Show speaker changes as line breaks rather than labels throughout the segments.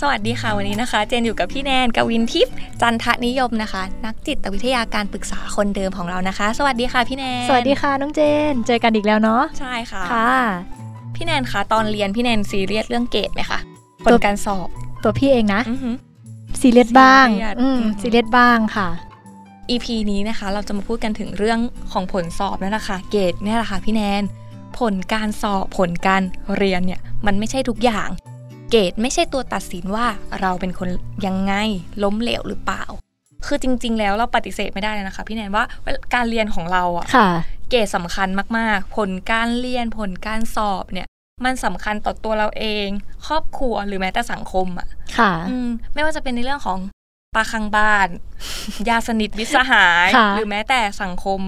สวัสดีค่ะวันนี้นะคะ เจนอยู่กับพี่แนนกวินทิพย์จันทนิยมนะคะ นักจิตวิทยาการปรึกษาคนเดิมของเรานะคะ สวัสดีค่ะพี่แนน
สวัสดีค่ะน้องเจน เจอกันอีกแล้วเนาะ
ใช่ค่ะ
ค่ะ
พี่แนนคะตอนเรียนพี่แนนซีเรียสเรื่องเกรดไหมคะผลการสอบ
ตัวพี่เองนะซีเรียสบ้าง
ซีเรียส
อืม
อืม
ซีเรียสบ้างค่ะ
EP นี้นะคะ เราจะมาพูดกันถึงเรื่องของผลสอบนั่นแหละค่ะเกรดเนี่ยแหละค่ะพี่แนน ผลการสอบผลการเรียนเนี่ยมันไม่ใช่ทุกอย่าง เกรดไม่ใช่ตัวตัดสินว่าเราเป็นคนยังไงล้มเหลวหรือเปล่า คือจริง ๆ แล้วเราปฏิเสธไม่ได้เลยนะคะ พี่แนนว่าการเรียนของเราอะ
ค่ะ
เกรดสำคัญมาก ๆ ผลการเรียนผลการสอบเนี่ย มันสำคัญต่อตัวเราเอง ครอบครัวหรือแม้แต่สังคมอ่ะ
ค่ะ
อืมไม่ว่าจะเป็นในเรื่องของปลาคังบ้าน ยาสนิทวิตสหาย
ค่ะ
หรือแม้แต่สังคม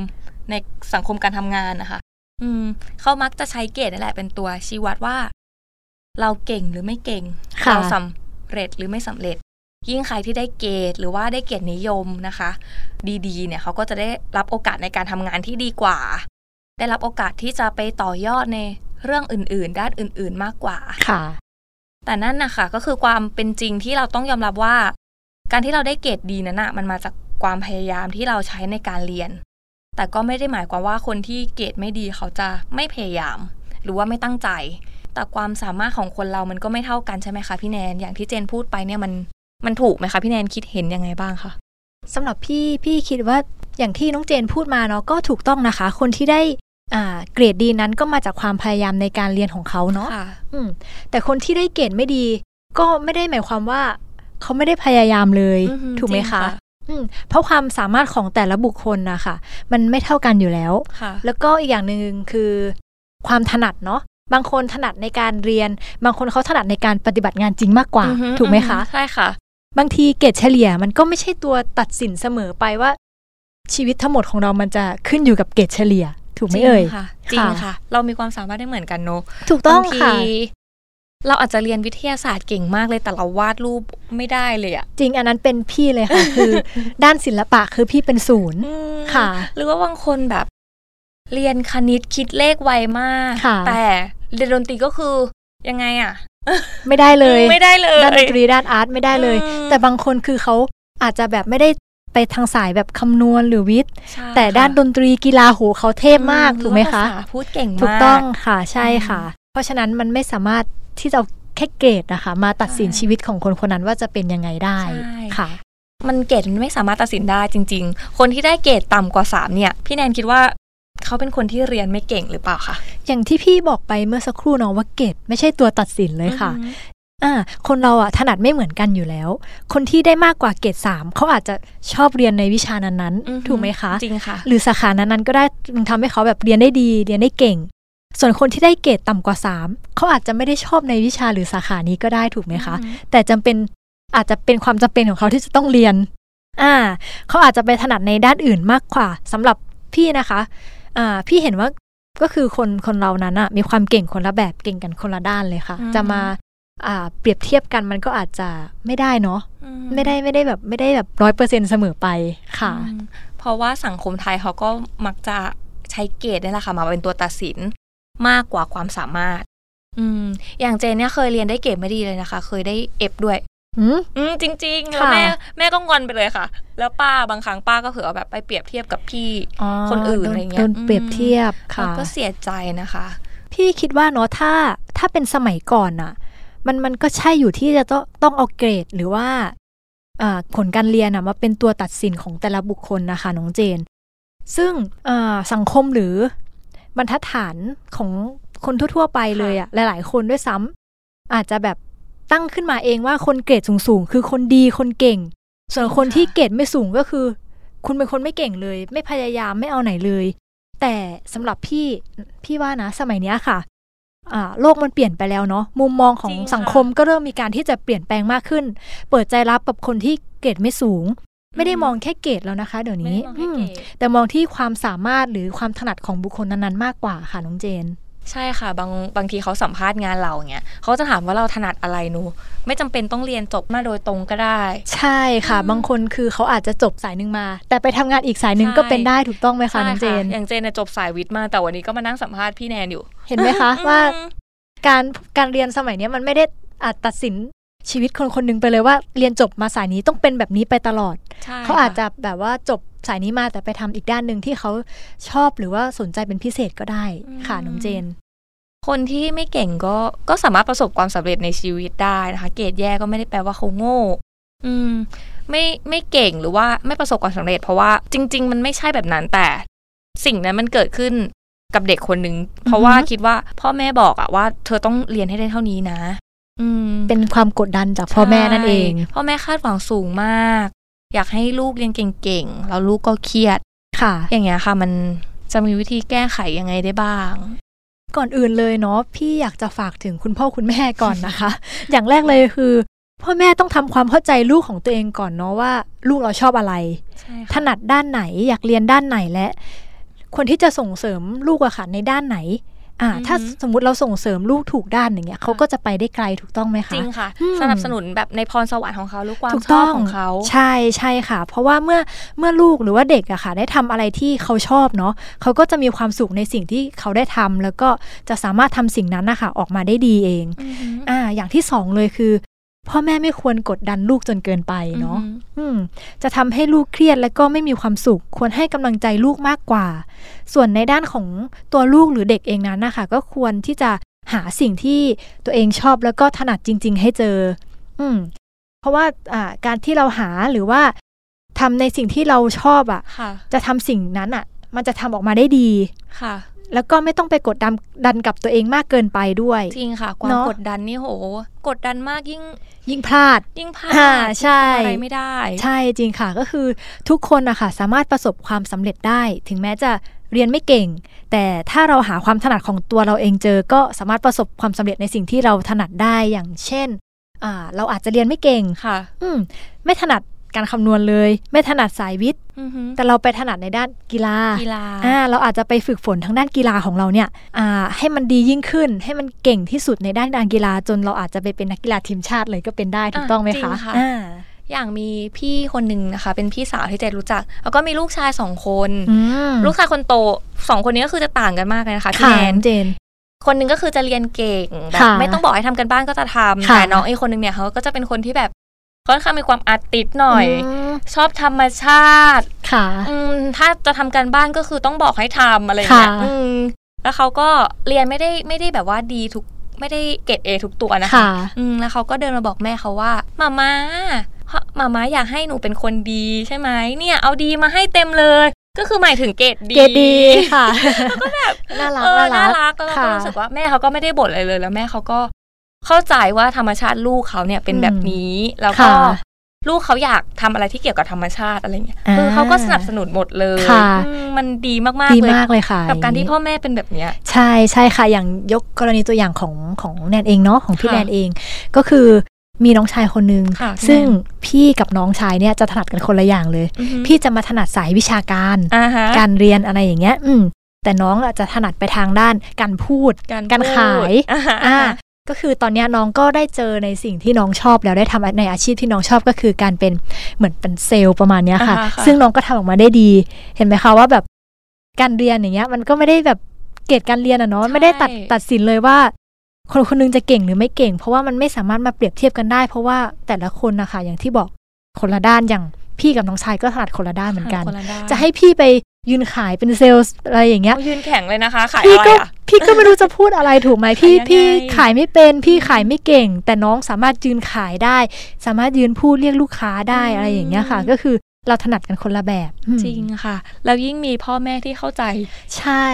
ในสังคมการทำงานนะคะ อืมเขามักจะใช้เกรดนั่นแหละเป็นตัวชี้วัดว่า เราเก่งหรือไม่เก่ง
ค่ะ
เราสำเร็จหรือไม่สำเร็จ ยิ่งใครที่ได้เกรดหรือว่าได้เกียรตินิยมนะคะ ดีๆ เนี่ยเขาก็จะได้รับโอกาสในการทำงานที่ดีกว่า ได้รับโอกาสที่จะไปต่อยอดในเรื่องอื่น ๆ ด้านอื่น ๆ มากกว่า
ค่ะ
แต่นั่นนะคะก็คือความเป็นจริงที่เราต้องยอมรับว่า การที่เราได้เกรดดีนั้นน่ะมันมาจากความพยายามที่เราใช้ในการเรียน แต่ก็ไม่ได้หมายความว่าคนที่เกรดไม่ดีเขาจะไม่พยายาม หรือว่าไม่ตั้งใจ แต่ความสามารถของคนเรามันก็ไม่เท่ากันใช่ไหมคะพี่แนนอย่างที่เจนพูดไปเนี่ยมันมันถูกไหมคะพี่แนนคิดเห็นยังไงบ้างคะ
สำหรับพี่พี่คิดว่าอย่างที่น้องเจนพูดมาเนาะก็ถูกต้องนะคะ คนที่ได้อ่าเกรดดีนั้นก็มาจากความพยายามในการเรียนของเขาเนาะ อืมแต่คนที่ได้เกรดไม่ดี ก็ไม่ได้หมายความว่า เขาไม่ได้พยายามเลย
อือหือ
ถูกไหม
จริง
คะ
ค่ะ
อืมเพราะความสามารถของแต่ละบุคคลนะคะมันไม่เท่ากันอยู่แล้ว
ค่ะ
แล้วก็อีกอย่างหนึ่งคือความถนัดเนาะบางคนถนัดในการเรียน บางคนเขาถนัดในการปฏิบัติงานจริงมากกว่า
อือ
ถูกไหมคะ
อือใช่ค่ะ
บางทีเกรดเฉลี่ยมันก็ไม่ใช่ตัวตัดสินเสมอไปว่า ชีวิตทั้งหมดของเรามันจะขึ้นอยู่กับเกรดเฉลี่ย ถูกไหมเอ่ย
จริงค่ะจริง
ค่ะ
ค่ะ เรามีความสามารถได้เหมือนกันเนอะ
ถูกต้อง
บา
ค่ะ
ทีเราอาจจะเรียนวิทยาศาสตร์เก่งมากเลยแต่เราวาดรูปไม่ได้เลยอะ
จริงอันนั้นเป็นพี่เลยค่ะ คือ ด้านศิลปะคือพี่เป็นศูนย์ ค่ะ
หรือว่าบางคนแบบ เรียนคณิตคิดเลขไวมาก
ค่ะ
แต่เรียนดนตรีก็คือยังไงอะ
ไม่ได้เลย
ไม่ได้เลย
ด้านดนตรีด้านอาร์ตไม่ได้เลย
อืม
แต่บางคนคือเขาอาจจะแบบไม่ได้ไปทางสายแบบคำนวณหรือวิทย์
ใช่
แต่ด้านด
ค่ะ
นตรีกีฬาโหเขาเทพมาก
อื
ถูกไหมคะ
หรือว่าภาษาพูดเก่งมาก
ถูกต้องค่ะใช่
อืม
ค่ะ เพราะฉะนั้นมันไม่สามารถที่จะเอาแค่เกรดนะคะ มาตัดสิน
ใช่
ชีวิตของคนคนนั้นว่าจะเป็นยังไงได้
ใช่
ค่ะ
มันเกรดมันไม่สามารถตัดสินได้จริง ๆ คนที่ได้เกรดต่ำกว่าสามเนี่ย พี่แนนคิดว่าเขาเป็นคนที่เรียนไม่เก่งหรือเปล่าคะ
อย่างที่พี่บอกไปเมื่อสักครู่เน้องว่าเกรดไม่ใช่ตัวตัดสินเลยค่ะ อ่าคนเราอ่ะถนัดไม่เหมือนกันอยู่แล้ว คนที่ได้มากกว่าเกรดสามเขาอาจจะชอบเรียนในวิชานั้น
อือ
ๆถูกไหมคะ
จริงค่ะ
หรือสาขานั้นๆก็ได้ทำให้เขาแบบเรียนได้ดี เรียนได้เก่ง ส่วนคนที่ได้เกรดต่ำกว่า 3 เขาอาจจะไม่ได้ชอบในวิชาหรือสาขานี้ก็ได้ถูกไหมคะ
อือ
แต่จำเป็นอาจจะเป็นความจำเป็นของเขาที่จะต้องเรียน อ่า เขาอาจจะไปถนัดในด้านอื่นมากกว่าสำหรับพี่นะคะ อ่า พี่เห็นว่าก็คือคนคนเรานั้นอะมีความเก่งคนละแบบเก่งกันคนละด้านเลยค่ะ
อืม
จะมาอ่าเปรียบเทียบกันมันก็อาจจะไม่ได้เนาะ
อื
ไม่ได้ไม่ได้แบบไม่ได้แบบร้อยเปอร์เซ็นเสมอไปค่ะ
อืมเพราะว่าสังคมไทยเขาก็มักจะใช้เกรดนี่แหละค่ะมาเป็นตัวตัดสินมากกว่าความสามารถ อืม อย่างเจนเนี่ยเคยเรียนได้เกรดไม่ดีเลยนะคะ เคยได้เอฟด้วย
อืม
อืมจริงๆแล้ว
ค่ะ
แม่แม่ก็งอนไปเลยค่ะ แล้วป้าบางครั้งป้าก็เผื่อเอาแบบไปเปรียบเทียบกับพี่ คนอื่นอะไรเงี้ย
โดนเปรียบเทียบ
เรา
ค่ะ
ก็เสียใจนะคะ
พี่คิดว่าเนาะถ้าถ้าเป็นสมัยก่อนน่ะ มันมันก็ใช่อยู่ที่จะต้องต้องเอาเกรดหรือว่าอ่าผลการเรียนน่ะมาเป็นตัวตัดสินของแต่ละบุคคลนะคะน้องเจน ซึ่งอ่าสังคมหรือบรรทัดฐานของคนทั่ว ๆ ไปเลยอะหลาย ๆ คนด้วยซ้ำอาจจะแบบตั้งขึ้นมาเองว่าคนเกรดสูงๆคือคนดีคนเก่ง ส่วนคน
ค่ะ
ที่เกรดไม่สูงก็คือ คุณเป็นคนไม่เก่งเลย ไม่พยายามไม่เอาไหนเลย แต่สำหรับพี่พี่ว่านะสมัยเนี้ยค่ะอ่าโลกมันเปลี่ยนไปแล้วเนาะมุมมองของ
จริงค่ะ
สังคมก็เริ่มมีการที่จะเปลี่ยนแปลงมากขึ้น เปิดใจรับกับคนที่เกรดไม่สูง ไม่ได้มองแค่เกรดแล้วนะคะ เดี๋ยว
ไม่
นี้
ได้มองแค่
อืม
เกรด
แต่มองที่ความสามารถหรือความถนัดของบุคคลนั้นๆมากกว่าค่ะน้องเจน
ใช่ค่ะบางบางทีเขาสัมภาษณ์งานเราเนี่ยเขาจะถามว่าเราถนัดอะไรหนู ไม่จำเป็นต้องเรียนจบมาโดยตรงก็ได้
ใช่ค่ะ
อืม
บางคนคือเขาอาจจะจบสายหนึ่งมา แต่ไปทำงานอีกสายหนึ่ง
ใช่
ก็เป็นได้ถูกต้องไหมคะ
ใช่
น้องเจน
อย่างเจนเนี่ยจบสายวิทย์มาแต่วันนี้ก็มานั่งสัมภาษณ์พี่แนนอยู่
เห็นไหมคะ
อืม
ว่าการการเรียนสมัยเนี้ยมันไม่ได้อาจตัดสินชีวิตคนคนหนึงไปเลยว่าเรียนจบมาสายนี้ต้องเป็นแบบนี้ไปตลอด
ใช่
เขาอาจ
ค่
จะแบบว่าจบสายนี้มาแต่ไปทำอีกด้านหนึ่งที่เขาชอบหรือว่าสนใจเป็นพิเศษก็ได้ค่ะน้องเจน
คนที่ไม่เก่งก็ก็สามารถประสบความสำเร็จในชีวิตได้นะคะ เกรดแย่ก็ไม่ได้แปลว่าเขาโง่ อืม ไม่ไม่เก่งหรือว่าไม่ประสบความสำเร็จ เพราะว่าจริง ๆ มันไม่ใช่แบบนั้นแต่สิ่งนั้นมันเกิดขึ้นกับเด็กคนหนึ่งเพราะว่า
อือฮึ
คิดว่าพ่อแม่บอกอะว่า เธอต้องเรียนให้ได้เท่านี้นะ อืม
เป็นความกดดันจากพ่อแม่นั่นเอง
ใช่พ่อแม่คาดหวังสูงมาก อยากให้ลูกเรียนเก่งๆ แล้วลูกก็เครียด
ค่ะ
อย่างเงี้ยค่ะ มันจะมีวิธีแก้ไขยังไงได้บ้าง
ก่อนอื่นเลยเนาะพี่อยากจะฝากถึงคุณพ่อคุณแม่ก่อนนะคะ อย่างแรกเลยคือ พ่อแม่ต้องทำความเข้าใจลูกของตัวเองก่อนเนาะว่า ลูกเราชอบอะไร
ใช่
ถนัดด้านไหนอยากเรียนด้านไหนและ คนที่จะส่งเสริมลูกอะค่ะในด้านไหน อ่า ถ้าสมมติเราส่งเสริมลูกถูกด้านอย่างเงี้ยเขาก็จะไปได้ไกลถูกต้องไหมคะ
จริงค่ะ
อืม
สนับสนุนแบบในพรสวรรค์ของเขาหรือความ
ถูก
ชอ
ต้
บของเขา
ใช่ใช่ค่ะ เพราะว่าเมื่อเมื่อลูกหรือว่าเด็กอะค่ะ ได้ทำอะไรที่เขาชอบเนาะเขาก็จะมีความสุขในสิ่งที่เขาได้ทำแล้วก็จะสามารถทำสิ่งนั้นนะคะออกมาได้ดีเอง
อือหือ
อ่า อย่างที่สองเลยคือ พ่อแม่ไม่ควรกดดันลูกจนเกินไปเนาะ
อือหือ
อืมจะทำให้ลูกเครียดและก็ไม่มีความสุข ควรให้กำลังใจลูกมากกว่า ส่วนในด้านของตัวลูกหรือเด็กเองนั้นนะคะก็ควรที่จะหาสิ่งที่ตัวเองชอบแล้วก็ถนัดจริง ๆ ให้เจอ อืม เพราะว่าอ่าการที่เราหาหรือว่าทำในสิ่งที่เราชอบอะ่ะ
ค่ะ
จะทำสิ่งนั้นอะ่ะ มันจะทำออกมาได้ดี
ค่ะ
แล้วก็ไม่ต้องไปกดดันดันกับตัวเองมากเกินไปด้วย
จริงค่ะ ความ
เนอะ
กดดันนี่โห กดดันมากยิ่ง
ยิ่งพลาด
ยิ่งพลา
อ่า
ด
ใช่
ทำอะไรไม่ได้
ใช่จริงค่ะก็คือทุกคนนะคะสามารถประสบความสำเร็จได้ ถึงแม้จะเรียนไม่เก่ง แต่ถ้าเราหาความถนัดของตัวเราเองเจอ ก็สามารถประสบความสำเร็จในสิ่งที่เราถนัดได้อย่างเช่นอ่าเราอาจจะเรียนไม่เก่ง
ค่ะ
อืมไม่ถนัดการคำนวณเลย ไม่ถนัดสายวิทย์
อือหือ
แต่เราไปถนัดในด้านกีฬา
กีฬา
อ่าเราอาจจะไปฝึกฝนทางด้านกีฬาของเราเนี่ยอ่าให้มันดียิ่งขึ้น ให้มันเก่งที่สุดในด้านการกีฬาจนเราอาจจะไปเป็นนักกีฬาทีมชาติเลยก็เป็นได้ถูกต้องไหม
จริ
คะ
ค่ะ
อ่า
อย่างมีพี่คนหนึ่งนะคะ เป็นพี่สาวที่เจนรู้จัก แล้วก็มีลูกชายสองคน
อืม
ลูกชายคนโตสองคนนี้ก็คือจะต่างกันมากเลยนะคะพี่
ค่ะ
แนน
เจน
คนหนึ่งก็คือจะเรียนเก่งแบบ
ค่ะ
ไม่ต้องบอกให้ทำกันบ้านก็จะทำ
ค่ะ
แต่น้องไอ้คนหนึ่งเนี่ยเขาก็จะเป็นคนที่แบบค่อนข้างมีความอาร์ติสหน่อย
ม
ชอบธรรมชาติ
ค่ะ
อืมถ้าจะทำกันบ้านก็คือต้องบอกให้ทำอะไรอย่างเงี้ย
ค่ะ
อืมแล้วเขาก็เรียนไม่ได้ไม่ได้แบบว่าดีทุกไม่ได้เกรดเอทุกตัวนะคะ
ค่ะ
อืมแล้วเขาก็เดินมาบอกแม่เขาว่ามามามามาอยากให้หนูเป็นคนดีใช่ไหมเนี่ย เอาดีมาให้เต็มเลย ก็คือหมายถึงเกรดดี
เกรดดีค่ะก็แบบน่ารัก
เออน่า
น่ารั
รั
ก
กแล้วเรา
ค่ะ
ก็รู้สึกว่าแม่เขาก็ไม่ได้บ่นอะไรเลย แล้วแม่เขาก็เข้าใจว่าธรรมชาติลูกเขาเนี่ยเป็นแบบนี้แล้วก็
ค่ะ
ลูกเขาอยากทำอะไรที่เกี่ยวกับธรรมชาติอะไรเงี้ย
อ่า
เออเขาก็สนับสนุนหมดเลย
ค่ะ
อืมมันดีมาก
ดี
ๆเลย
มากเลยค่ะ
กับการที่
ย่งนี้
พ่อแม่เป็นแบบเนี้ย
ใช่ใช่ค่ะ อย่างยกกรณีตัวอย่างของของแนนเองเนาะของพี่
ค่ะ
แนนเอง ก็คือมีน้องชายคนนึง
ค่ะพี่
ซึ่ง
แน
พี่กับน้องชายเนี่ยจะถนัดกันคนละอย่างเลย
อือฮึ
พี่จะมาถนัดสายวิชาการ
อ่าฮะ
การเรียนอะไรอย่างเงี้ย อืม แต่น้องอาจจะถนัดไปทางด้านการพูด
การ
การขาย
พูดอ่าฮะ
อ่า ก็คือตอนเนี้ยน้องก็ได้เจอในสิ่งที่น้องชอบแล้วได้ทำในอาชีพที่น้องชอบก็คือการเป็นเหมือนเป็นเซลล์ประมาณเนี้ยค่ะ
อ่าค่ะ
ซึ่งน้องก็ทำออกมาได้ดี เห็นไหมคะว่าแบบการเรียนอย่างเงี้ย มันก็ไม่ได้แบบเกรดการเรียนอะเนาะไม่ได้ตัดตัดสินเลยว่า คนคนหนึงจะเก่งหรือไม่เก่ง เพราะว่ามันไม่สามารถมาเปรียบเทียบกันได้ เพราะว่าแต่ละคนนะคะอย่างที่บอกคนละด้านอย่างพี่กับน้องชายก็ถนัดคนละด้านเหมือนกัน
คละด้าน
จะให้พี่ไปยืนขายเป็นเซลล์อะไรอย่างเงี้ย
เขายืนแข็งเลยนะคะ ขาย
พี่
อะไร
ก็
อ่ะ
พี่ก็ไม่รู้จะพูดอะไรถูกไหม
ขาย
พี่
ยังไง
พี่ขายไม่เป็นพี่ขายไม่เก่ง แต่น้องสามารถยืนขายได้ สามารถยืนพูดเรียกลูกค้าได้อะไรอย่างเงี้ยค่ะ ก็คือเราถนัดกันคนละแบบอืม
จริงค่ะ แล้วยิ่งมีพ่อแม่ที่เข้าใจ
ใช่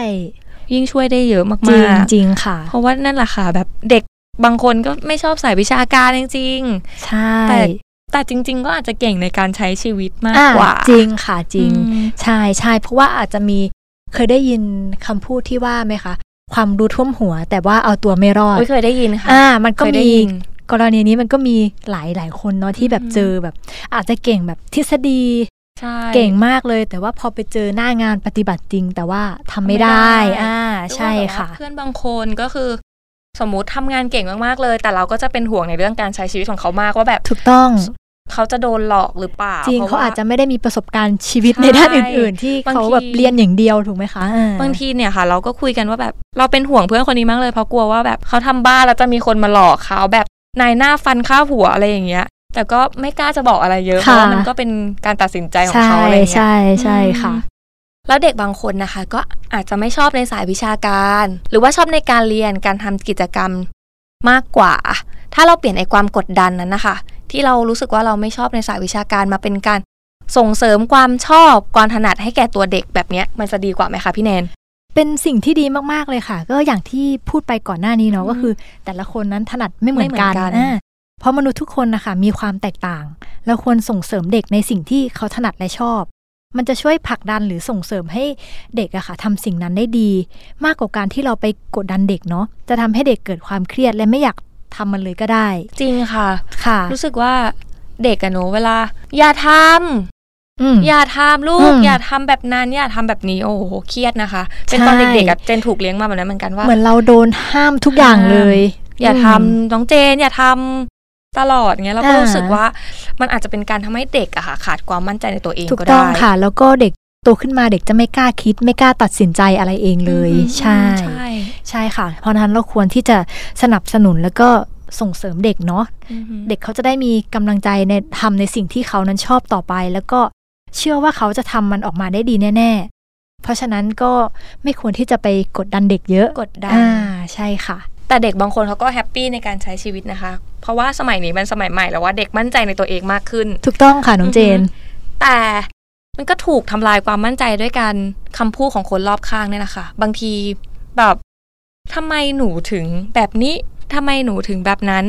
ยิ่งช่วยได้เยอะมา
จริง
ก
จริงค่ะ
ๆเพราะว่านั่นแหละค่ะแบบเด็กบางคนก็ไม่ชอบสายวิชาการจริงๆ
ใช่
แต่ แต่จริง ๆ ก็อาจจะเก่งในการใช้ชีวิตมาก
อ่ะ
กว่า
จริงค่ะจริง
อืม
ใช่ใช่เพราะว่าอาจจะมีเคยได้ยินคำพูดที่ว่าไหมคะ ความรู้ท่วมหัว แต่ว่าเอาตัวไม่รอด
โอ้ยเคยได้ยินค่ะ
อ่ามันก็
เคยได้
มี
ยิน
กรณีนี้มันก็มีหลายหลายคนเนาะที่แบบ
อืม
เจอแบบ อาจจะเก่งแบบทฤษฎี
ใช่
เก่งมากเลย แต่ว่าพอไปเจอหน้างานปฏิบัติจริง แต่ว่าทำ
ทำ
ไม่
ไม่ได้
ได้ อ่า ใช่
ด้วยแบบว่า
ค่ะ
เพื่อนบางคนก็คือ สมมติทำงานเก่งมากๆเลย แต่เราก็จะเป็นห่วงในเรื่องการใช้ชีวิตของเขามากว่าแบบ
ถูกต้อง
เขาจะโดนหลอกหรือเปล่า
จริง
พะ
เขา
ว่
อาจจะไม่ได้มีประสบการณ์ชีวิต
ใช่
ในด้านอื่น ๆ ที่เขาแบ
บา
บ
งที
เรียนอย่างเดียวถูกไหมคะอ่
บางทีเนี่ยค่ะ เราก็คุยกันว่าแบบเราเป็นห่วงเพื่อนคนนี้มากเลยเพราะกลัวว่าแบบเขาทำบ้านแล้วจะมีคนมาหลอกเขาแบบนายหน้าฟันข้าวหัวอะไรอย่างเงี้ย แต่ก็ไม่กล้าจะบอกอะไรเยอะเพราะว่ามันก็เป็นการตัดสินใจของ
ใช่
เขาอะไรอย่างเงี้ย
ใช่ใช่ค่ะ
อืมแล้วเด็กบางคนนะคะ ก็อาจจะไม่ชอบในสายวิชาการ หรือว่าชอบในการเรียนการทำกิจกรรมมากกว่า ถ้าเราเปลี่ยนไอความกดดันนั้นนะคะ ที่เรารู้สึกว่าเราไม่ชอบในสายวิชาการมาเป็นการส่งเสริมความชอบความถนัดให้แก่ตัวเด็กแบบเนี้ยมันจะดีกว่าไหมคะพี่แนน
เป็นสิ่งที่ดีมากๆเลยค่ะ ก็อย่างที่พูดไปก่อนหน้านี้เนาะ
อืม
ก็คือ แต่ละคนนั้นถนัดไม่เหมือนกัน
ไม่เหมือนกัน
อ่าเพราะมนุษย์ทุกคนนะคะมีความแตกต่าง เราควรส่งเสริมเด็กในสิ่งที่เขาถนัดและชอบ มันจะช่วยผลักดันหรือส่งเสริมให้เด็กอะค่ะทำสิ่งนั้นได้ดี มากกว่าการที่เราไปกดดันเด็กเนาะจะทำให้เด็กเกิดความเครียดและไม่อยากทำมันเลยก็ได้
จริงค่ะ
ค่ะ
รู้สึกว่าเด็กอะเนอะเวลา อย่าท
อืม
ำอย่าทำลู
อื
ก
ม
อย่าทำแบบนั้นอย่าทำแบบนี้โอ้โหเครียดนะคะ เป็นตอน
ใช่
เด็กๆอะเจนถูกเลี้ยงมาแบบนั้นเหมือนกันว่า
เหมือนเราโดนห้ามทุกอย่างเลย
อย่าทำน้องเจน อย่าทำตลอดเงี้ยเราก็
อ่า
รู้สึกว่ามันอาจจะเป็นการทำให้เด็กอะค่ะ ขาดความมั่นใจในตัวเอง
ถูก
ก็
ต้อ
ได้
งค่ะ แล้วก็เด็กโตขึ้นมาเด็กจะไม่กล้าคิด ไม่กล้าตัดสินใจอะไรเองเลย
อืม
ใช่
ใช่
ใช่ค่ะ เพราะฉะนั้นเราควรที่จะสนับสนุนแล้วก็ส่งเสริมเด็กเนาะ
อือฮึ
เด็กเขาจะได้มีกำลังใจในทำในสิ่งที่เขานั้นชอบต่อไป แล้วก็เชื่อว่าเขาจะทำมันออกมาได้ดีแน่ ๆ เพราะฉะนั้นก็ไม่ควรที่จะไปกดดันเด็กเยอะ
กดดัน
อ่าใช่ค่ะ
แต่เด็กบางคนเขาก็แฮปปี้ในการใช้ชีวิตนะคะ เพราะว่าสมัยนี้มันสมัยใหม่แล้วว่าเด็กมั่นใจในตัวเองมากขึ้น
ถูกต้องค่ะน้องเจน
อือฮึ แต่มันก็ถูกทำลายความมั่นใจด้วยการคำพูดของคนรอบข้างเนี่ยนะคะบางทีแบบทำไมหนูถึงแบบนี้ทำไมหนูถึงแบบนั้น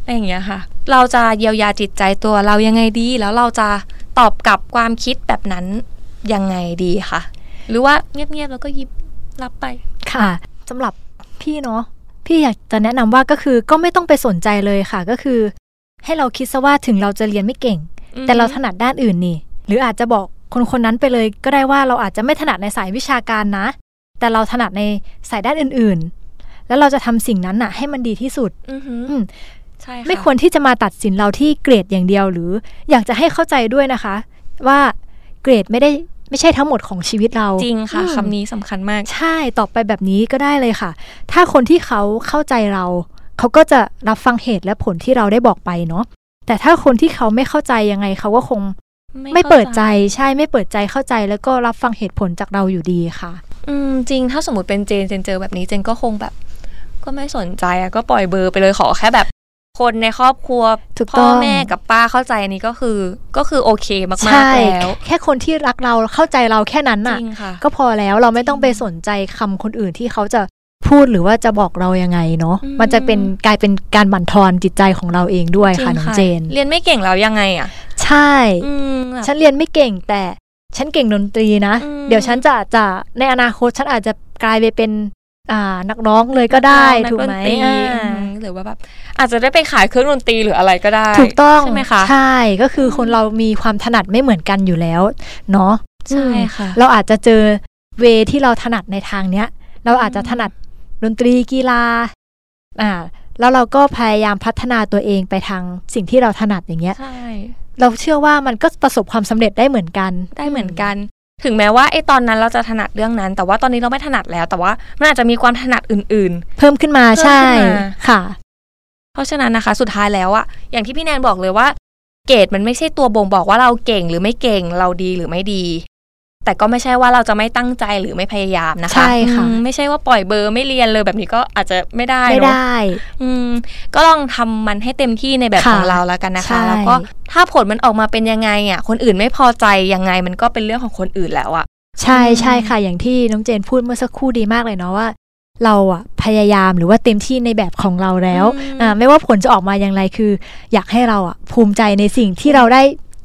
อะไรอย่างเงี้ยค่ะ เราจะเยียวยาจิตใจตัวเรายังไงดี แล้วเราจะตอบกลับความคิดแบบนั้นยังไงดีคะหรือว่าเงียบๆแล้วก็ยิบรับไป
ค่ะสำหรับพี่เนาะพี่อยากจะแนะนำว่าก็คือก็ไม่ต้องไปสนใจเลยค่ะ ก็คือ ให้เราคิดซะว่าถึงเราจะเรียนไม่เก่ง
อือฮึ
แต่เราถนัดด้านอื่นนี่ หรืออาจจะบอกคนคนนั้นไปเลย ก็ได้ว่าเราอาจจะไม่ถนัดในสายวิชาการนะ แต่เราถนัดในสายด้านอื่นๆ แล้วเราจะทำสิ่งนั้นน่ะ ให้มันดีที่สุด
อือหือ
อืม
ใช่ะ
ไม่ควรที่จะมาตัดสินเราที่เกรดอย่างเดียวหรือ อยากจะให้เข้าใจด้วยนะคะ ว่าเกรดไม่ได้ไม่ใช่ทั้งหมดของชีวิตเรา
จริงค่ะ
อืม
คำนี้สำคัญมาก
ใช่ตอบไปแบบนี้ก็ได้เลยค่ะ ถ้าคนที่เขาเข้าใจเรา เขาก็จะรับฟังเหตุและผลที่เราได้บอกไปเนาะแต่ถ้าคนที่เขาไม่เข้าใจยังไง เขาก็คงไม่เปิดใจใช่ไม่เปิดใจเข้าใจแล้วก็รับฟังเหตุผลจากเราอยู่ดีค่ะ
อืมจริงถ้าสมมติเป็นเจนเจนเจอแบบนี้เจนก็คงแบบ ก็ไม่สนใจอะก็ปล่อยเบอร์ไปเลยขอแค่แบบ คนในครอบครัว
ถูก
พ่
ต้
อ
อง
แม่กับป้าเข้าใจอันนี้ก็คือ ก็คือโอเคมาก
ใช่
ๆแล้ว
แค่คนที่รักเราเข้าใจเราแค่นั้น
จ
น่ะ
ริงค่ะ
ก็พอแล้วเราไม่ต้องไปสนใจคำคนอื่นที่เขาจะพูดหรือว่าจะบอกเรายังไงเนาะ
อืม
มันจะเป็นกลายเป็นการบั่นทอนจิตใจของเราเองด้วยค่ะน้องเจน
เรียนไม่เก่งแล้วยังไงอ่ะ
ใช่
อืมแบบ
ฉันเรียนไม่เก่งแต่ฉันเก่งดนตรีนะ
อืม
เดี๋ยวฉันจะจะในอนาคตฉันอาจจะกลายไปเป็นอ่านักร้องเลยก็ได้
นั
ถูก
ด
ไห
น
ม
ตรี
อ่า
อืมหรือว่าแบบอาจจะได้ไปขายเครื่องดนตรีหรืออะไรก็ได้
ถูกต้อง
ใช่ไหมคะ
ใช่ก็คือคนเรามีความถนัดไม่เหมือนกันอยู่แล้วเนาะ
ใช่
อืม
ค่ะ
เราอาจจะเจอเวที่เราถนัดในทางเนี้ย เราอาจจะ
อืม
ถนัดดนตรีกีฬาอ่าแล้วเราก็พยายามพัฒนาตัวเองไปทางสิ่งที่เราถนัดอย่างเงี้ย
ใช่
เราเชื่อว่ามันก็ประสบความสำเร็จได้เหมือนกัน
ได้เหมือนกัน ถึงแม้ว่าไอ้ตอนนั้นเราจะถนัดเรื่องนั้น แต่ว่าตอนนี้เราไม่ถนัดแล้ว แต่ว่ามันอาจจะมีความถนัดอื่น
เพิ่มขึ้นมา
เพิ่มขึ้น
ใช่
มา
ค่ะ
ๆ เพราะฉะนั้นนะคะ สุดท้ายแล้วอะอย่างที่พี่แนนบอกเลยว่า เกรดมันไม่ใช่ตัวบ่งบอกว่าเราเก่งหรือไม่เก่งเราดีหรือไม่ดี แต่ก็ไม่ใช่ว่าเราจะไม่ตั้งใจหรือไม่พยายามนะคะ
ใช่ค่ะ
อืมไม่ใช่ว่าปล่อยเบอร์ไม่เรียนเลยแบบนี้ก็อาจจะไม่ได้
ไม่
เนอะ
ได้
อืมก็ลองทำมันให้เต็มที่ในแบบข
ค่ะ
องเราแล้วกันนะคะ
ใช่
แล้วก็ถ้าผลมันออกมาเป็นยังไงอ่ะ คนอื่นไม่พอใจยังไงมันก็เป็นเรื่องของคนอื่นแล้วอ่ะ
ใช่
อืม
ใช่ค่ะ อย่างที่น้องเจนพูดเมื่อสักครู่ดีมากเลยเนาะว่า เราอะพยายามหรือว่าเต็มที่ในแบบของเราแล้วอ่าไม่ว่าผลจะออกมาอย่างไรคือ อยากให้เราอะภูมิใจในสิ่งที่เราได้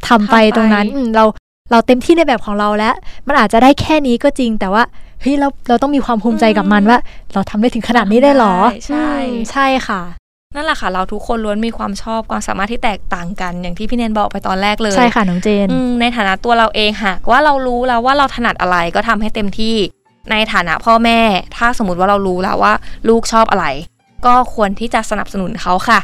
ทำไปตรงนั้นอืมเราเราเต็มที่ในแบบของเราแล้ว มันอาจจะได้แค่นี้ก็จริง แต่ว่าเฮ้ยเราเราต้องมีความภูมิใจกับมันว่า เราทำได้ถึงขนาดนี้ได้หรอ
ใช่ใช่
อืมใช่ค่ะ
นั่นแหละค่ะ เราทุกคนล้วนมีความชอบความสามารถที่แตกต่างกัน อย่างที่พี่เนนบอกไปตอนแรกเลย
ใช่ค่ะน้องเจน
อืมในฐานะตัวเราเองหากว่าเรารู้แล้วว่าเราถนัดอะไรก็ทำให้เต็มที่ ในฐานะพ่อแม่ ถ้าสมมติว่าเรารู้แล้วว่าลูกชอบอะไร ก็ควรที่จะสนับสนุนเขาค่ะ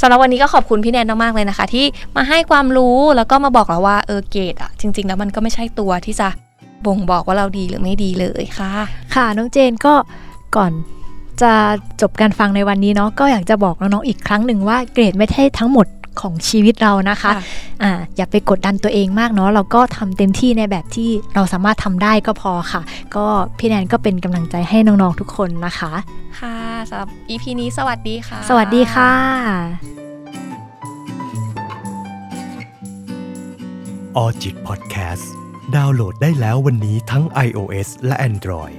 สำหรับวันนี้ก็ขอบคุณพี่แนนมากๆเลยนะคะ ที่มาให้ความรู้แล้วก็มาบอกเราว่าเออเกรดอะจริง ๆ แล้วมันก็ไม่ใช่ตัวที่จะบ่งบอกว่าเราดีหรือไม่ดีเลยค่ะ
ค่ะน้องเจนก็ก่อนจะจบการฟังในวันนี้เนาะก็อยากจะบอกน้องๆอีกครั้งหนึ่งว่าเกรดไม่ใช่ทั้งหมดของชีวิตเรานะคะ
ค่ะ
อ่าอย่าไปกดดันตัวเองมากเนาะเราก็ทำเต็มที่ในแบบที่เราสามารถทำได้ก็พอค่ะ ก็พี่แนนก็เป็นกำลังใจให้น้องๆทุกคนนะคะ
ค่ะสำหรับ EP นี้สวัสดีค่ะ
สวัสดีค่ะ
ออจิตพอดแคสต์ดาวน์โหลดได้แล้ววันนี้ทั้ง iOS และ Android